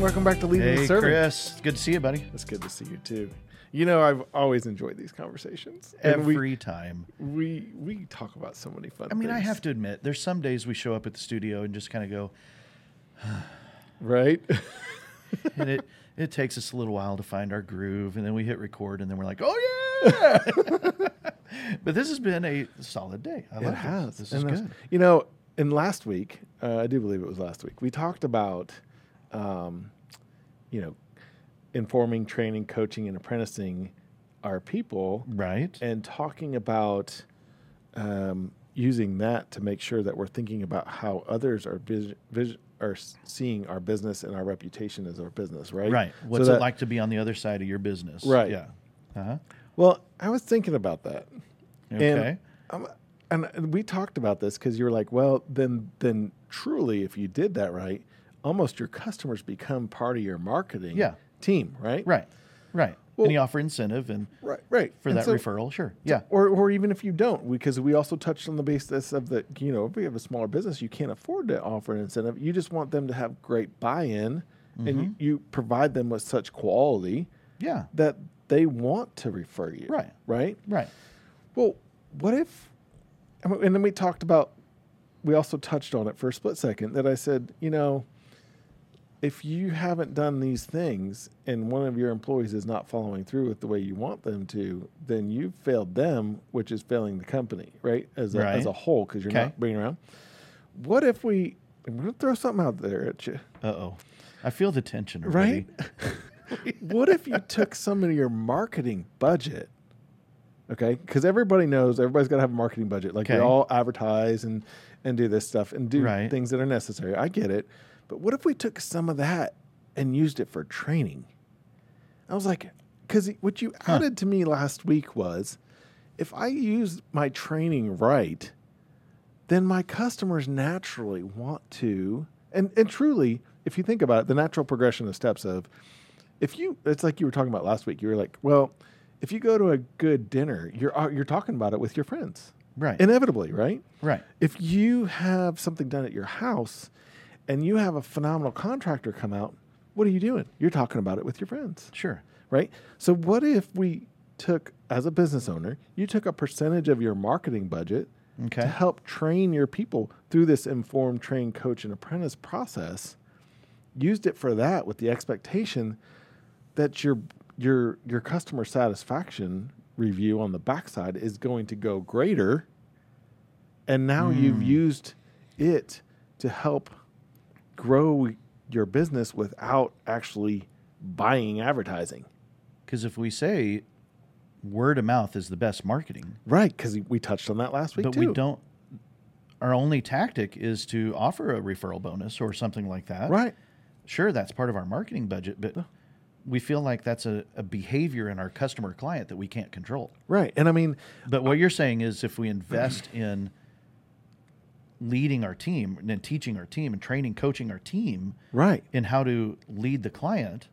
welcome back to Leading Hey, the Servant. Chris. It's Good to see you, buddy. It's good to see you too. You know, I've always enjoyed these conversations. And Every time. we, we we talk about so many fun I mean, I things, have to admit, there's some days we show up at the studio and just kind of go, right? and it it takes us a little while to find our groove, and then we hit record, and then we're like, oh yeah. but this has been a solid day. I love it has. This and is that's- good. You know, and last week, uh, I do believe it was last week, we talked about, um, you know, informing, training, coaching, and apprenticing our people Right. and talking about um, using that to make sure that we're thinking about how others are vis- vis- are s- seeing our business and our reputation as our business, right? Right. So What's that- it like to be on the other side of your business? Right. Yeah. Uh-huh. Well, I was thinking about that. Okay. And, um, and we talked about this because you were like, well, then, then truly, if you did that right, almost your customers become part of your marketing Yeah. team, right? right. Right. Well- and you offer incentive and Right. Right. for And that so- referral. Sure. Yeah. Or, or even if you don't, because we also touched on the basis of the, you know, if we have a smaller business, you can't afford to offer an incentive. You just want them to have great buy in and you, you provide them with such quality Yeah. that they want to refer you. Right. Right. Right. Well, what if? I mean, and then we talked about. We also touched on it for a split second that I said, you know, if you haven't done these things and one of your employees is not following through with the way you want them to, then you've failed them, which is failing the company, right? As a, as Right. a whole, because you're Okay. not bringing around. What if we? I'm going to throw something out there at you. Uh oh. I feel the tension already. Right? what if you took some of your marketing budget? Okay, because everybody knows everybody's got to have a marketing budget. Like we Okay. all advertise and and do this stuff and do Right. things that are necessary. I get it, but what if we took some of that and used it for training? I was like, because what you added to me last week was, if I use my training right, then my customers naturally want to and and truly if you think about it the natural progression of steps of if you it's like you were talking about last week you were like well if you go to a good dinner you're uh, you're talking about it with your friends Right. inevitably right right. if you have something done at your house and you have a phenomenal contractor come out what are you doing you're talking about it with your friends Sure. right? So what if we took as a business owner, you took a percentage of your marketing budget Okay. to help train your people through this informed train coach and apprentice process, used it for that with the expectation that your your your customer satisfaction review on the backside is going to go greater and now you've used it to help grow your business without actually buying advertising. Because if we say word of mouth is the best marketing, Right, because we touched on that last week but too. we don't, our only tactic is to offer a referral bonus or something like that. Right, Sure, that's part of our marketing budget, but we feel like that's a, a behavior in our customer client that we can't control. right, and I mean, But what you're saying is if we invest in leading our team and then teaching our team and training, coaching our team right, in how to lead the client,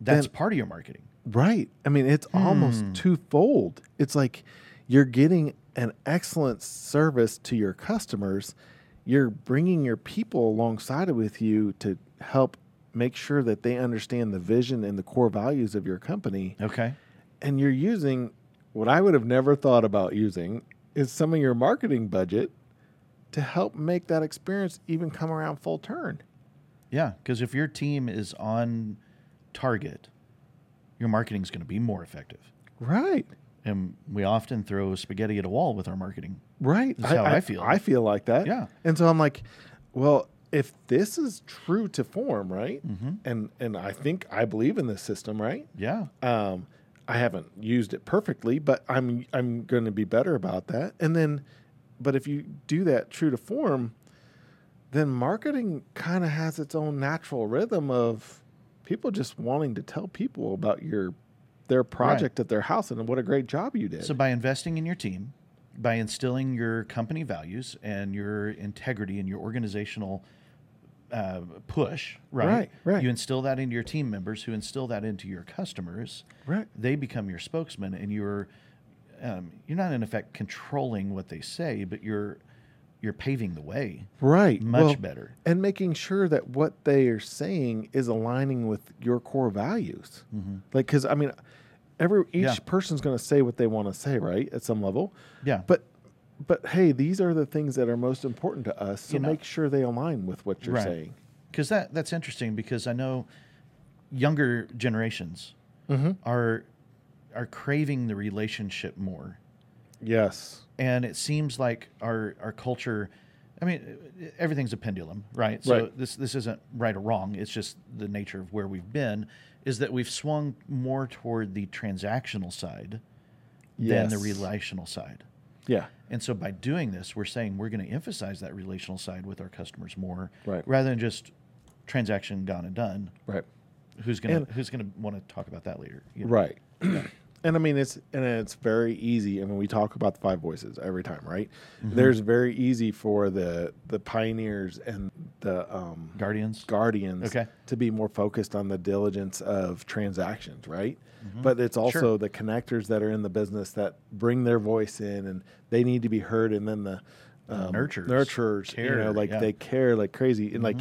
that's Then- part of your marketing. right. I mean, it's Hmm. almost twofold. It's like you're getting an excellent service to your customers. You're bringing your people alongside with you to help make sure that they understand the vision and the core values of your company. Okay. and you're using what I would have never thought about using is some of your marketing budget to help make that experience even come around full turn. Yeah, because if your team is on target, your marketing's going to be more effective. Right. And we often throw spaghetti at a wall with our marketing. Right. That's how I feel. I feel like that. Yeah. And so I'm like, well, if this is true to form, right? And and I think I believe in this system, right? Mm-hmm. Yeah. Um, I haven't used it perfectly, but I'm I'm going to be better about that. And then, but if you do that true to form, then marketing kind of has its own natural rhythm of people just wanting to tell people about your their project at their house and what a great job you did. So by investing in your team, by instilling your company values and your integrity and your organizational uh, push, right? Right, right. You instill that into your team members, who instill that into your customers. right. They become your spokesman, and you're um, you're not in effect controlling what they say, but you're you're paving the way Right. much well, better. And making sure that what they are saying is aligning with your core values. Like, because I mean, every each Mm-hmm. Yeah. person's going to say what they want to say, right? At some level. Yeah. But, but hey, these are the things that are most important to us. So You know- make sure they align with what you're Right. saying. because that that's interesting because I know younger generations Mhm. are are craving the relationship more, Yes. and it seems like our our culture. I mean, everything's a pendulum, right? So Right. this this isn't right or wrong. It's just the nature of where we've been is that we've swung more toward the transactional side than the Yes. relational side. Yeah. And so by doing this, we're saying we're going to emphasize that relational side with our customers more, Right. rather than just transaction gone and done. Right. Who's gonna And- Who's gonna want to talk about that later? You know? Right. and I mean it's and it's very easy. I mean we talk about the five voices every time, right? Mm-hmm. There's very easy for the the pioneers and the um, Guardians. guardians Okay. to be more focused on the diligence of transactions, right? But it's also Mm-hmm. Sure. the connectors that are in the business that bring their voice in and they need to be heard, and then the um, nurturers. nurturers, you know, Care, like yeah. Mm-hmm. they care like crazy, and like,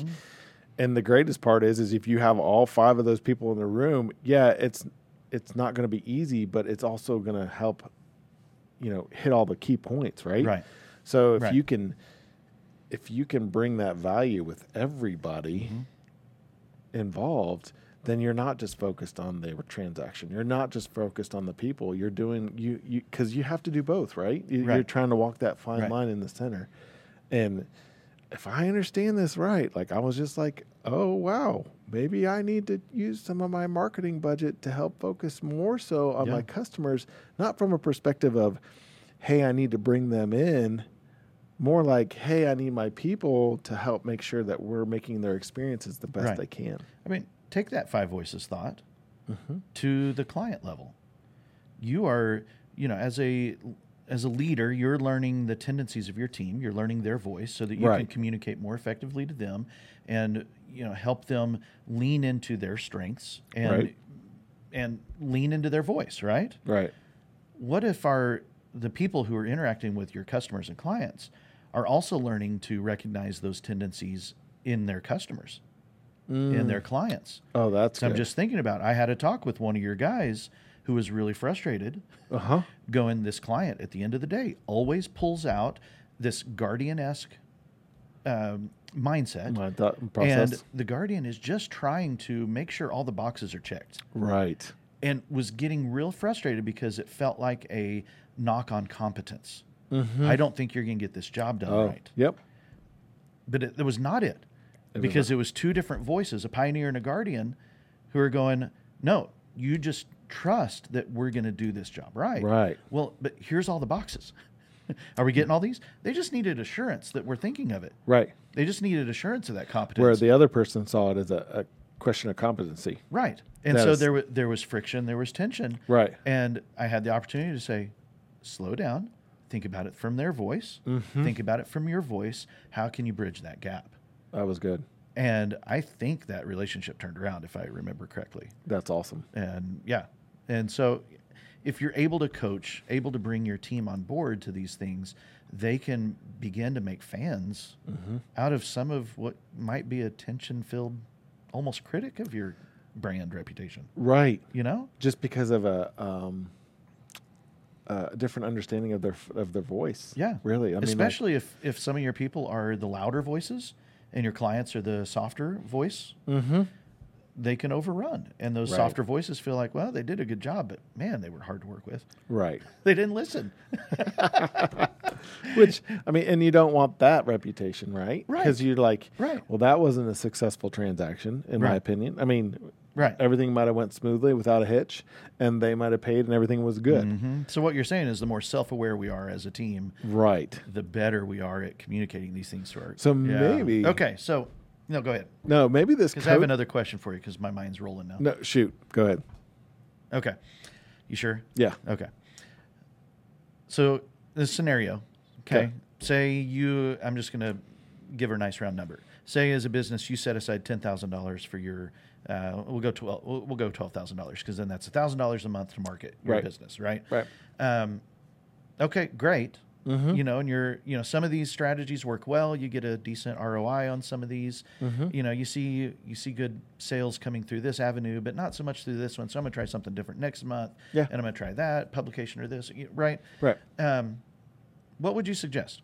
and the greatest part is, is if you have all five of those people in the room, yeah, it's it's not going to be easy, but it's also going to help, you know, hit all the key points, right? Right. So if Right. you can if you can bring that value with everybody Mm-hmm. involved, then you're not just focused on the transaction. You're not just focused on the people. You're doing you you because you have to do both, right? You, You're Right. trying to walk that fine Right. line in the center. And if I understand this right, like I was just like, oh wow, maybe I need to use some of my marketing budget to help focus more so on Yeah. my customers, not from a perspective of, hey, I need to bring them in more like, hey, I need my people to help make sure that we're making their experiences the best Right. they can. I mean, take that five voices thought Mm-hmm. to the client level. You are, you know, as a as a leader, you're learning the tendencies of your team. You're learning their voice so that you can Right. communicate more effectively to them, and you know, help them lean into their strengths and Right. and lean into their voice. Right. Right. what if our the people who are interacting with your customers and clients are also learning to recognize those tendencies in their customers in their clients Mm. Oh, that's so i'm good. just thinking about i had a talk with one of your guys who was really frustrated uh huh. going this client at the end of the day always pulls out this guardian-esque um, mindset My thought process. and the guardian is just trying to make sure all the boxes are checked right. and was getting real frustrated because it felt like a knock on competence. I don't think you're going to get this job done Mm-hmm. Oh, right. Yep. But it, that was not it because it was two different voices, a pioneer and a guardian, who are going, No, you just trust that we're going to do this job right. Right. Well, but here's all the boxes. are we getting all these? They just needed assurance that we're thinking of it. Right. They just needed assurance of that competence. Where the other person saw it as a, a question of competency. Right. And That so is- there was there was friction, there was tension. Right. And I had the opportunity to say, slow down, think about it from their voice, Mm-hmm. think about it from your voice. How can you bridge that gap? That was good. And I think that relationship turned around, if I remember correctly. That's awesome. And yeah. And so if you're able to coach, able to bring your team on board to these things, they can begin to make fans out of some of what might be a tension filled, almost critic of your brand reputation Right. you know Just because of a um, a different understanding of their of their voice. yeah Really. I mean, like- especially if if some of your people are the louder voices and your clients are the softer voice they can overrun and those Mm-hmm. Right. softer voices feel like well they did a good job but man they were hard to work with Right. they didn't listen Which I mean, and you don't want that reputation, right? Right. Because you're like, Right. Well, that wasn't a successful transaction, in my Right. opinion. I mean, right everything might have went smoothly without a hitch, and they might have paid, and everything was good. Mhm. so what you're saying is the more self-aware we are as a team Right. the better we are at communicating these things to our So Yeah. maybe- okay so no go ahead No, maybe this. because i have coach- another question for you because my mind's rolling now No, shoot. Go ahead. okay you sure Yeah. Okay. So this scenario, okay. Okay. Say you, I'm just gonna give her a nice round number. Say as a business, you set aside ten thousand dollars for your. Uh, we'll go twelve. We'll, we'll go twelve thousand dollars because then that's thousand dollars a month to market your Right. business, right? Right. Um, okay, great. Mm-hmm. You know, and you're, you know, some of these strategies work well. You get a decent ROI on some of these. Mm-hmm. You know, you see you see good sales coming through this avenue, but not so much through this one. So I'm gonna try something different next month. Yeah. And I'm gonna try that publication or this. y- Right. Right. Um, what would you suggest?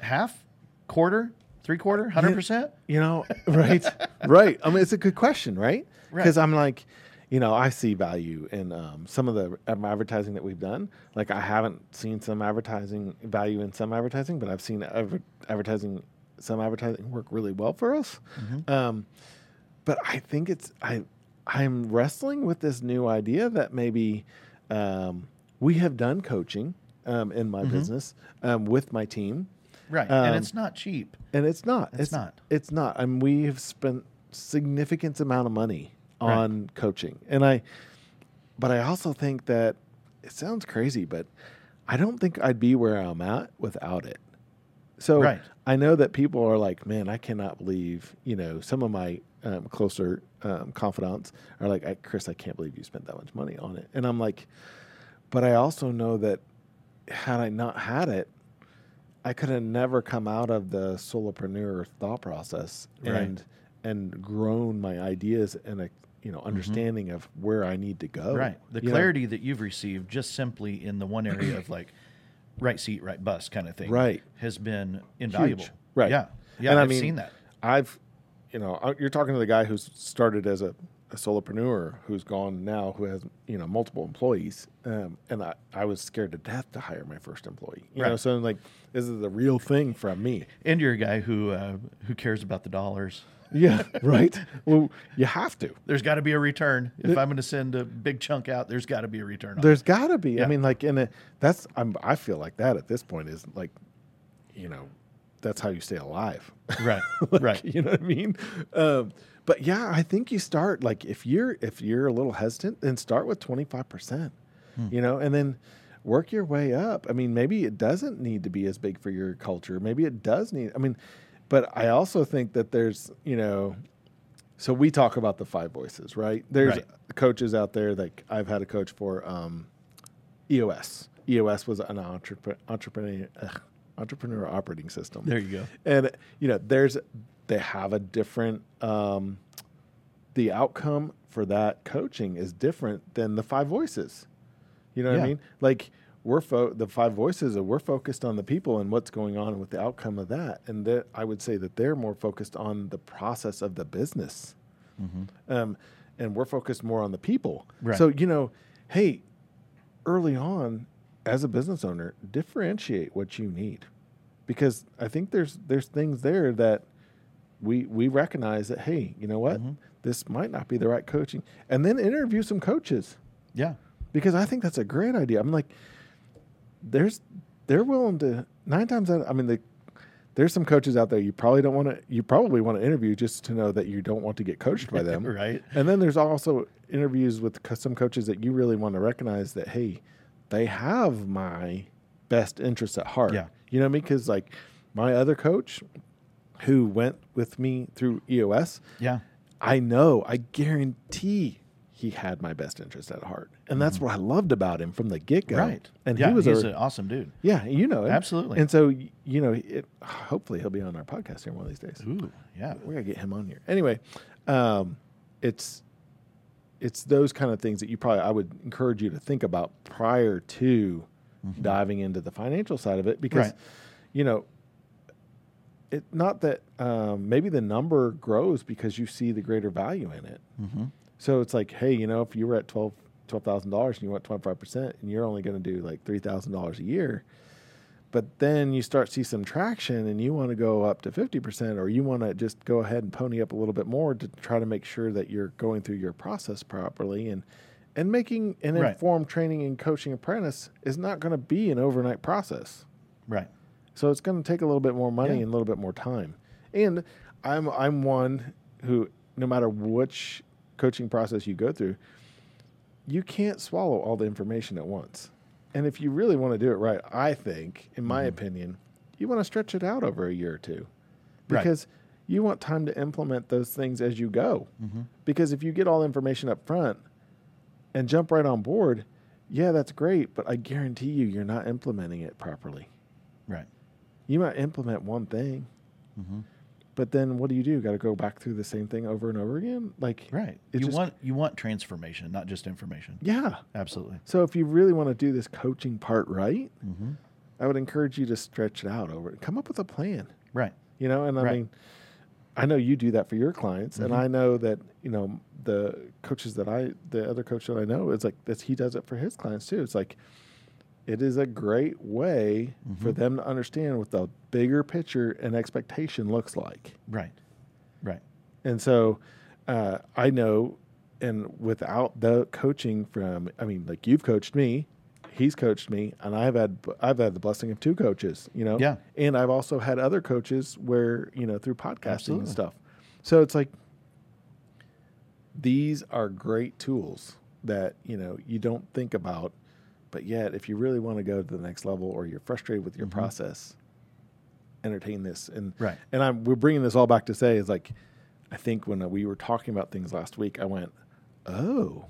Half, quarter, three quarter, hundred percent. You know, right, right. I mean, it's a good question, right? Right. Because I'm like, you know, I see value in um, some of the um, advertising that we've done. Like, I haven't seen some advertising value in some advertising, but I've seen adver- advertising, some advertising work really well for us. Um, but I think it's I I'm wrestling with this new idea that maybe um, we have done coaching um, in my business um, with my team, Right. Um, and it's not cheap. and it's not. It's, not. It's not. I mean, we have spent significant amount of money Right. on coaching, and I. But I also think that it sounds crazy, but I don't think I'd be where I'm at without it. So Right. I know that people are like, "Man, I cannot believe." You know, some of my um, closer um, confidants are like, I, "Chris, I can't believe you spent that much money on it," and I'm like, but I also know that had I not had it, I could have never come out of the solopreneur thought process Right. and and grown my ideas and a you know understanding of where I need to go. Mm-hmm. right. The you know? clarity that you've received just simply in the one area of like right seat, right bus kind of thing. Right. Has been invaluable. Huge. Right. Yeah. Yeah. And I I've mean, seen that. I've, you know, I- you're talking to the guy who's started as a, a solopreneur who's gone now, who has, you know, multiple employees. Um, and I, I was scared to death to hire my first employee. You know, Right. so I'm like, this is the real thing from me. And you're a guy who uh, who cares about the dollars. Yeah. right. Well, you have to. There's got to be a return. If I'm going to send a big chunk out, there's got to be a return. On it. There's got to be. I mean, like, in a, that's, I'm, I feel like that at this point is like, you know, that's how you stay alive. Right. Like, right. You know what I mean? Um, but yeah, I think you start like if you're if you're a little hesitant, then start with twenty five percent. Hmm. You know, and then work your way up. I mean, maybe it doesn't need to be as big for your culture. Maybe it does need. I mean, but I also think that there's you know. So we talk about the five voices, right? There's Right. coaches out there. Like I've had a coach for um, EOS. EOS E was an entrepre- entrepreneur ugh, entrepreneur operating system There you go. and you know there's they have a different um, the outcome for that coaching is different than the five voices you know what i Yeah. mean like we're fo- the five voices are we're focused on the people and what's going on with the outcome of that and that i would say that they're more focused on the process of the business Mm-hmm. um, and we're focused more on the people Right. so you know hey early on as a business owner differentiate what you need because i think there's there's things there that we we recognize that hey you know what Mm-hmm. this might not be the right coaching and then interview some coaches Yeah. because i think that's a great idea i'm like there's they're willing to nine times out i mean the there's some coaches out there you probably don't want to you probably want to interview just to know that you don't want to get coached by them Right. and then there's also interviews with co- some coaches that you really want to recognize that, hey, they have my best interests at heart. Yeah. You know what I mean? Because, like, my other coach who went with me through EOS, Yeah. I know, I guarantee he had my best interest at heart. And that's what I loved about him from the get go. Mm-hmm. Right. And yeah, he was he's a, an awesome dude. yeah, you know, him. Absolutely. And so, y- you know, it, hopefully he'll be on our podcast here one of these days Ooh. Yeah. we're gonna get him on here anyway um, it's it's those kind of things that you probably i would encourage you to think about prior to diving into the financial side of it because Right. you know it not that um, maybe the number grows because you see the greater value in it Mm-hmm. so it's like hey you know if you were at 12 $12,000 and you want 25% and you're only going to do like $3,000 a year but then you start see some traction and you want to go up to 50% or you want to just go ahead and pony up a little bit more to try to make sure that you're going through your process properly and and making an Right. informed training and coaching apprentice is not going to be an overnight process Right. so it's going to take a little bit more money Yeah. and a little bit more time and i'm i'm one who no matter which coaching process you go through you can't swallow all the information at once. And if you really want to do it right, I think, in Mm-hmm. my opinion, you want to stretch it out over a year or two Right. because you want time to implement those things as you go. Mm-hmm. Because if you get all the information up front and jump right on board, yeah, that's great, but I guarantee you, you're not implementing it properly. Right. You might implement one thing, Mm-hmm. but then what do you do? Got to go back through the same thing over and over again? Like, Right. It you just- want you want transformation, not just information. yeah. Absolutely. So if you really want to do this coaching part right, Mm-hmm. I would encourage you to stretch it out over it. Come up with a plan. Right. you know and i Right. Mm-hmm. mean i know you do that for your clients and i know that you know the coaches that i the other coach that i know is like this he does it for his clients too it's like it is a great way Mm-hmm. for them to understand what the bigger picture and expectation looks like Right. Right. and so uh, i know and without the coaching from i mean like you've coached me he's coached me and i've had i've had the blessing of two coaches you know Yeah. and i've also had other coaches where you know through podcasting Absolutely. and stuff so it's like these are great tools that you know you don't think about but yet if you really want to go to the next level or you're frustrated with your Mm-hmm. process entertain this and Right. and I'm we're bringing this all back to say is like I think when we were talking about things last week I went oh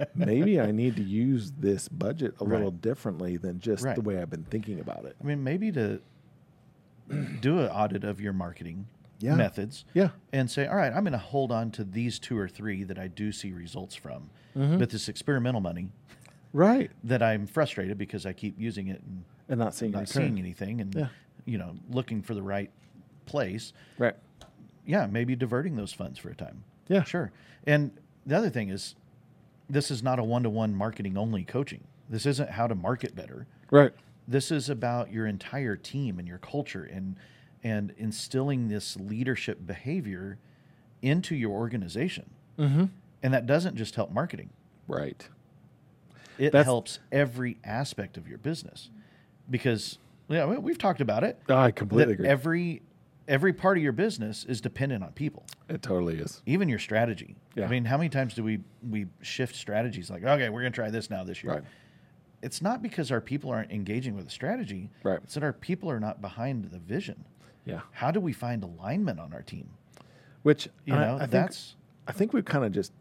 maybe I need to use this budget a little Right. differently than just Right. the way I've been thinking about it I mean, maybe to do an audit of your marketing Yeah. methods. yeah and say, all right, I'm going to hold on to these two or three that I do see results from. Mm-hmm. But this experimental money right that I'm frustrated because I keep using it and and not seeing not return. seeing anything and, Yeah. you know, looking for the right place. right Yeah, maybe diverting those funds for a time. Yeah. Sure. And the other thing is, this is not a one to one marketing only coaching. This isn't how to market better right this is about your entire team and your culture and and instilling this leadership behavior into your organization mm-hmm. and that doesn't just help marketing right it That's- helps every aspect of your business because yeah we- we've talked about it I completely that agree every every part of your business is dependent on people it totally is even your strategy Yeah. i mean how many times do we we shift strategies like okay we're going to try this now this year right it's not because our people aren't engaging with the strategy Right. it's that our people are not behind the vision yeah how do we find alignment on our team? which You I- know, I think- that's I think we've kind of just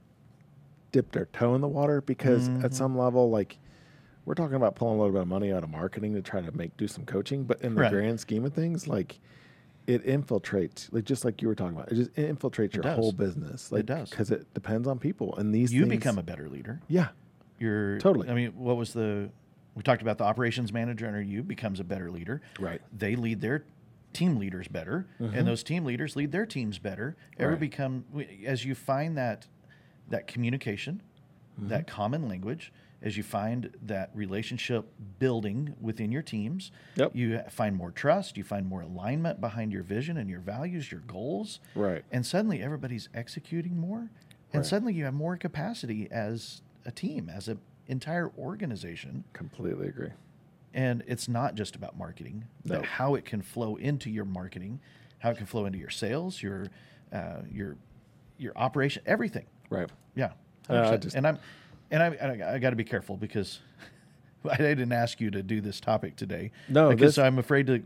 dipped our toe in the water because Mm-hmm. at some level, like we're talking about pulling a little bit of money out of marketing to try to make do some coaching, but in the Right. grand scheme of things, like it infiltrates, like just like you were talking about, it just infiltrates your does. whole business. Like, does. because it depends on people and these. you things, become a better leader. yeah, You're Totally. I mean, what was the we talked about the operations manager under you becomes a better leader. Right. They lead their team leaders better, and those team leaders lead their teams better. Mm-hmm. Ever Right. become we- as you find that that communication, Mm-hmm. that common language, as you find that relationship building within your teams, Yep. you find more trust, you find more alignment behind your vision and your values, your goals. right, and suddenly everybody's executing more and Right. suddenly you have more capacity as a team as an entire organization completely agree. and it's not just about marketing No. but how it can flow into your marketing how it can flow into your sales your uh, your your operation everything Right, yeah Uh, I 100%. just- and i'm and i, and I, I got to be careful because I didn't ask you to do this topic today. No, because this- I'm afraid to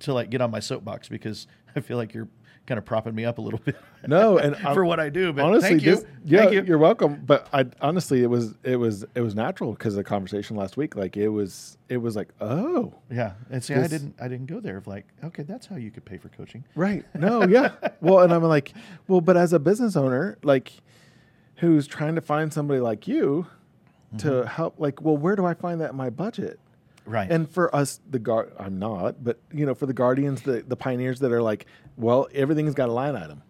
to like get on my soapbox because I feel like you're kind of propping me up a little bit. no, and for I'm- what I do. But honestly, thank you. this- yeah, thank you. are welcome. But I honestly, it was it was it was natural because of the conversation last week. Like it was it was like oh yeah, and see, I This- didn't, I didn't go there. Of like, okay, that's how you could pay for coaching. Right. No, yeah. well, and I'm like, well, but as a business owner, like who's trying to find somebody like you Mm-hmm. to help like, well, where do I find that in my budget? Right. And for us, the guard, I'm not, but you know, for the guardians, the, the pioneers that are like, well, everything's got a line item,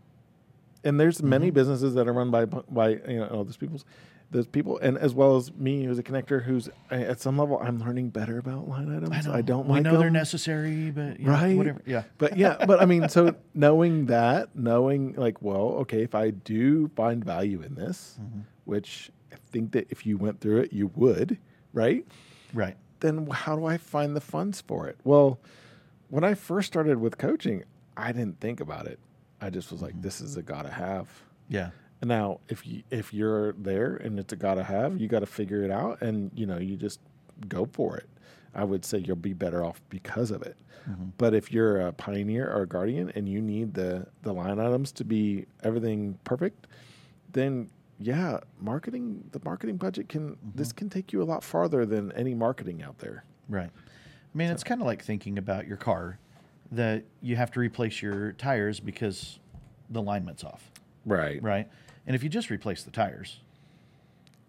and there's Mm-hmm. many businesses that are run by by you know all those people's those people, and as well as me, who's a connector, who's I- at some level, I'm learning better about line items. I, don't we like know them they're necessary, but you know, right whatever. Yeah. but yeah but i mean so knowing that knowing like well okay if i do find value in this Mm-hmm. which i think that if you went through it you would right Right. then how do i find the funds for it well when i first started with coaching i didn't think about it i just was Mm-hmm. like this is a gotta have Yeah. And now if you if you're there and it's a gotta have you gotta figure it out and you know you just go for it i would say you'll be better off because of it but if you're a pioneer or a guardian and you need the the line items to be everything perfect then yeah Mm-hmm. marketing the marketing budget can this can take you a lot farther than any marketing out there Right. I mean, it's kind of like thinking about your car that you have to replace your tires because the alignment's off, Right. right? And if you just replace the tires,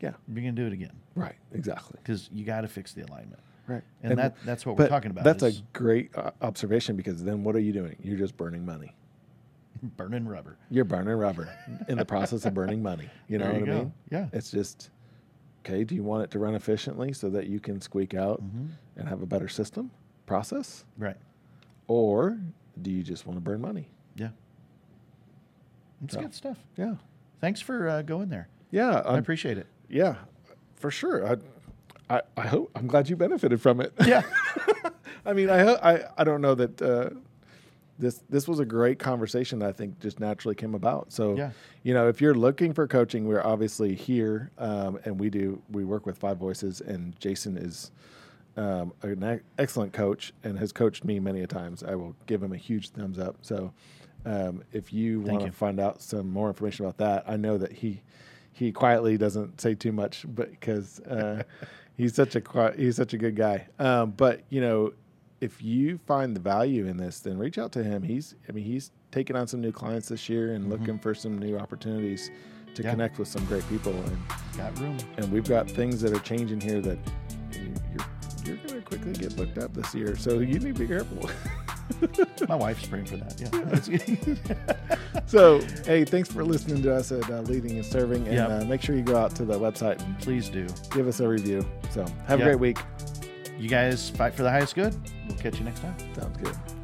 Yeah. you're going to do it again Right. Exactly. because you got to fix the alignment. Right. And, that, that's what we're but talking about. That's is a great uh, observation because then what are you doing? You're just burning money. burning rubber. You're burning rubber in the process of burning money. You know There what you I go. mean? Yeah. It's just okay. Do you want it to run efficiently so that you can squeak out and have a better system process, Mm-hmm. Right. or do you just want to burn money? Yeah. It's So. good stuff. Yeah. Thanks for uh, going there. Yeah. I I'm- appreciate it. yeah. For sure. I, I, I hope I'm glad you benefited from it. Yeah. I mean, I, ho- I, I don't know that uh, this this was a great conversation. That I think just naturally came about. So, Yeah. you know, if you're looking for coaching, we're obviously here, um, and we do we work with Five Voices, and Jason is um, an e- excellent coach and has coached me many a times. I will give him a huge thumbs up. So, um, if you Thank want to you. find out some more information about that, I know that he he quietly doesn't say too much, but because uh, he's such a qui- he's such a good guy. Um, but you know, if you find the value in this, then reach out to him. He's I mean he's taking on some new clients this year and looking for some new opportunities to Yeah. connect with some great people. And Got room. and we've got things that are changing here that you- you're you're going to quickly get booked up this year. So you need to be careful. My wife's praying for that. Yeah. That's so hey, thanks for listening to us at uh, Leading and Serving, and Yep. uh, make sure you go out to the website and Please do. give us a review. So have Yeah. a great week. You guys fight for the highest good. We'll catch you next time. Sounds good.